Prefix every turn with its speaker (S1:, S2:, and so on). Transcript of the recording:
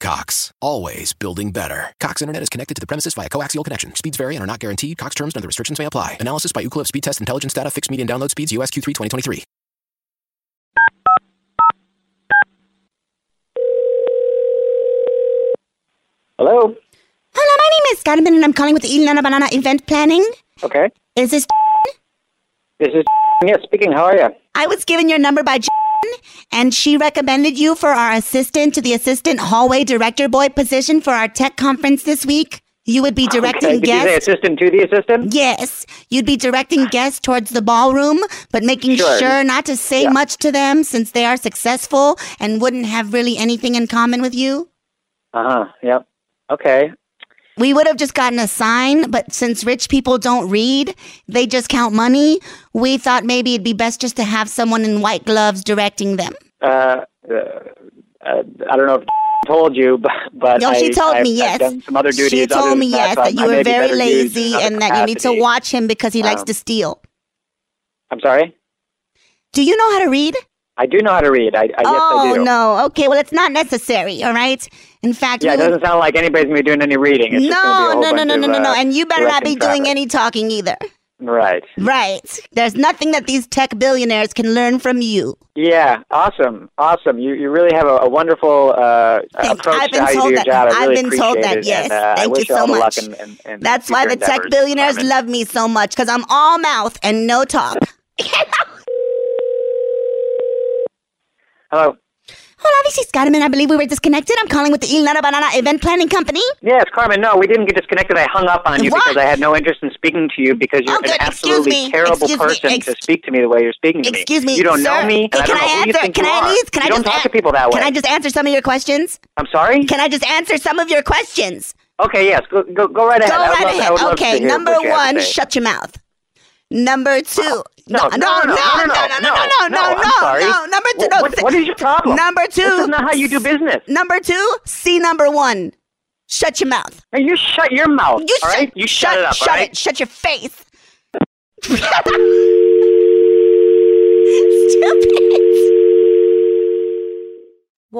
S1: Cox, always building better. Cox Internet is connected to the premises via coaxial connection. Speeds vary and are not guaranteed. Cox terms and other restrictions may apply. Analysis by Ookla Speed Test Intelligence Data. Fixed median download speeds. USQ3 2023.
S2: Hello.
S3: Hello, my name is Carmen, and I'm calling with the Ilanana Banana Event Planning.
S2: Okay.
S3: Is this?
S2: This is yeah speaking. How are you?
S3: I was given your number by, and she recommended you for our assistant to the assistant hallway director boy position for our tech conference this week. You would be directing
S2: Oh, Okay, Did you say
S3: guests.
S2: assistant to the assistant?
S3: Yes, you'd be directing guests towards the ballroom, but making
S2: Sure.
S3: sure, not to say much to them since they are successful and wouldn't have really anything in common with you.
S2: Uh huh. Yep. Okay.
S3: We would have just gotten a sign, but since rich people don't read, they just count money. We thought maybe it'd be best just to have someone in white gloves directing them.
S2: Uh, uh, uh, I don't know if told you, but but
S3: No, she
S2: I-
S3: told
S2: I've-
S3: me
S2: I've
S3: yes.
S2: done some other duties.
S3: she
S2: other
S3: told
S2: than
S3: me
S2: that,
S3: yes
S2: so I-
S3: that
S2: I
S3: you
S2: may
S3: were
S2: be
S3: very
S2: better used in
S3: lazy
S2: other
S3: and that you need to
S2: capacities.
S3: watch him because he likes
S2: Um,
S3: to steal.
S2: I'm sorry.
S3: Do you know how to read?
S2: I do know how to read. I, I Uh, yes,
S3: oh
S2: I do.
S3: no. Okay, well it's not necessary. All right. In fact,
S2: Yeah, it
S3: we would-
S2: doesn't sound like anybody's gonna be doing any reading. It's just gonna be a
S3: no,
S2: whole
S3: no, no,
S2: bunch
S3: no, no,
S2: of,
S3: no,
S2: uh,
S3: no, and you better not be
S2: directing
S3: doing
S2: traffic.
S3: any talking either.
S2: Right.
S3: Right. There's nothing that these tech billionaires can learn from you.
S2: Yeah. Awesome. Awesome. You you really have a, a wonderful uh,
S3: Thank-
S2: approach
S3: I've
S2: to
S3: been
S2: how you
S3: told
S2: do your
S3: that.
S2: job. I
S3: I've
S2: really
S3: been told
S2: appreciate
S3: that,
S2: it,
S3: yes.
S2: And, uh, I
S3: Thank you
S2: wish
S3: so
S2: all the
S3: much.
S2: luck in- in- in
S3: That's why the
S2: future
S3: tech
S2: endeavors,
S3: billionaires
S2: Carmen.
S3: love me so much because I'm all mouth and no talk.
S2: Hello.
S3: Hola, this is Carmen. I believe we were disconnected. I'm calling with the Ilana Banana Event Planning Company.
S2: Yes, Carmen. No, we didn't get disconnected. I hung up on you
S3: What?
S2: because I had no interest in speaking to you because you're
S3: Oh, good.
S2: an
S3: Excuse
S2: absolutely
S3: me.
S2: terrible
S3: Excuse me.
S2: person
S3: Ex-
S2: to speak to me the way you're speaking to me.
S3: Excuse me.
S2: You don't
S3: sir.
S2: know me.
S3: Hey,
S2: and I
S3: can
S2: don't know who
S3: I
S2: you
S3: answer?
S2: think
S3: Can
S2: you
S3: I
S2: are.
S3: at least? Can
S2: you
S3: I
S2: don't
S3: just
S2: talk to
S3: an-
S2: people that way.
S3: Can I just answer some of your questions?
S2: I'm sorry.
S3: Can I just answer some of your questions?
S2: okay. Yes. Go go go right ahead.
S3: Go
S2: I would
S3: right
S2: love- I
S3: ahead.
S2: would love
S3: okay,
S2: to hear
S3: number
S2: what you have to
S3: one,
S2: say. Oh,
S3: shut your mouth. Number two,
S2: No, no, no, no, no,
S3: no, no, no, no, no,
S2: I'm sorry.
S3: no. Number two,
S2: Wh-
S3: no,
S2: what-
S3: th-
S2: what is your problem?
S3: Number two,
S2: This is not how you do business.
S3: Number two, see number one. Shut your mouth.
S2: Now you shut your mouth.
S3: You
S2: all
S3: shut,
S2: right? You shut, it up.
S3: Shut
S2: all right?
S3: it. Shut your face.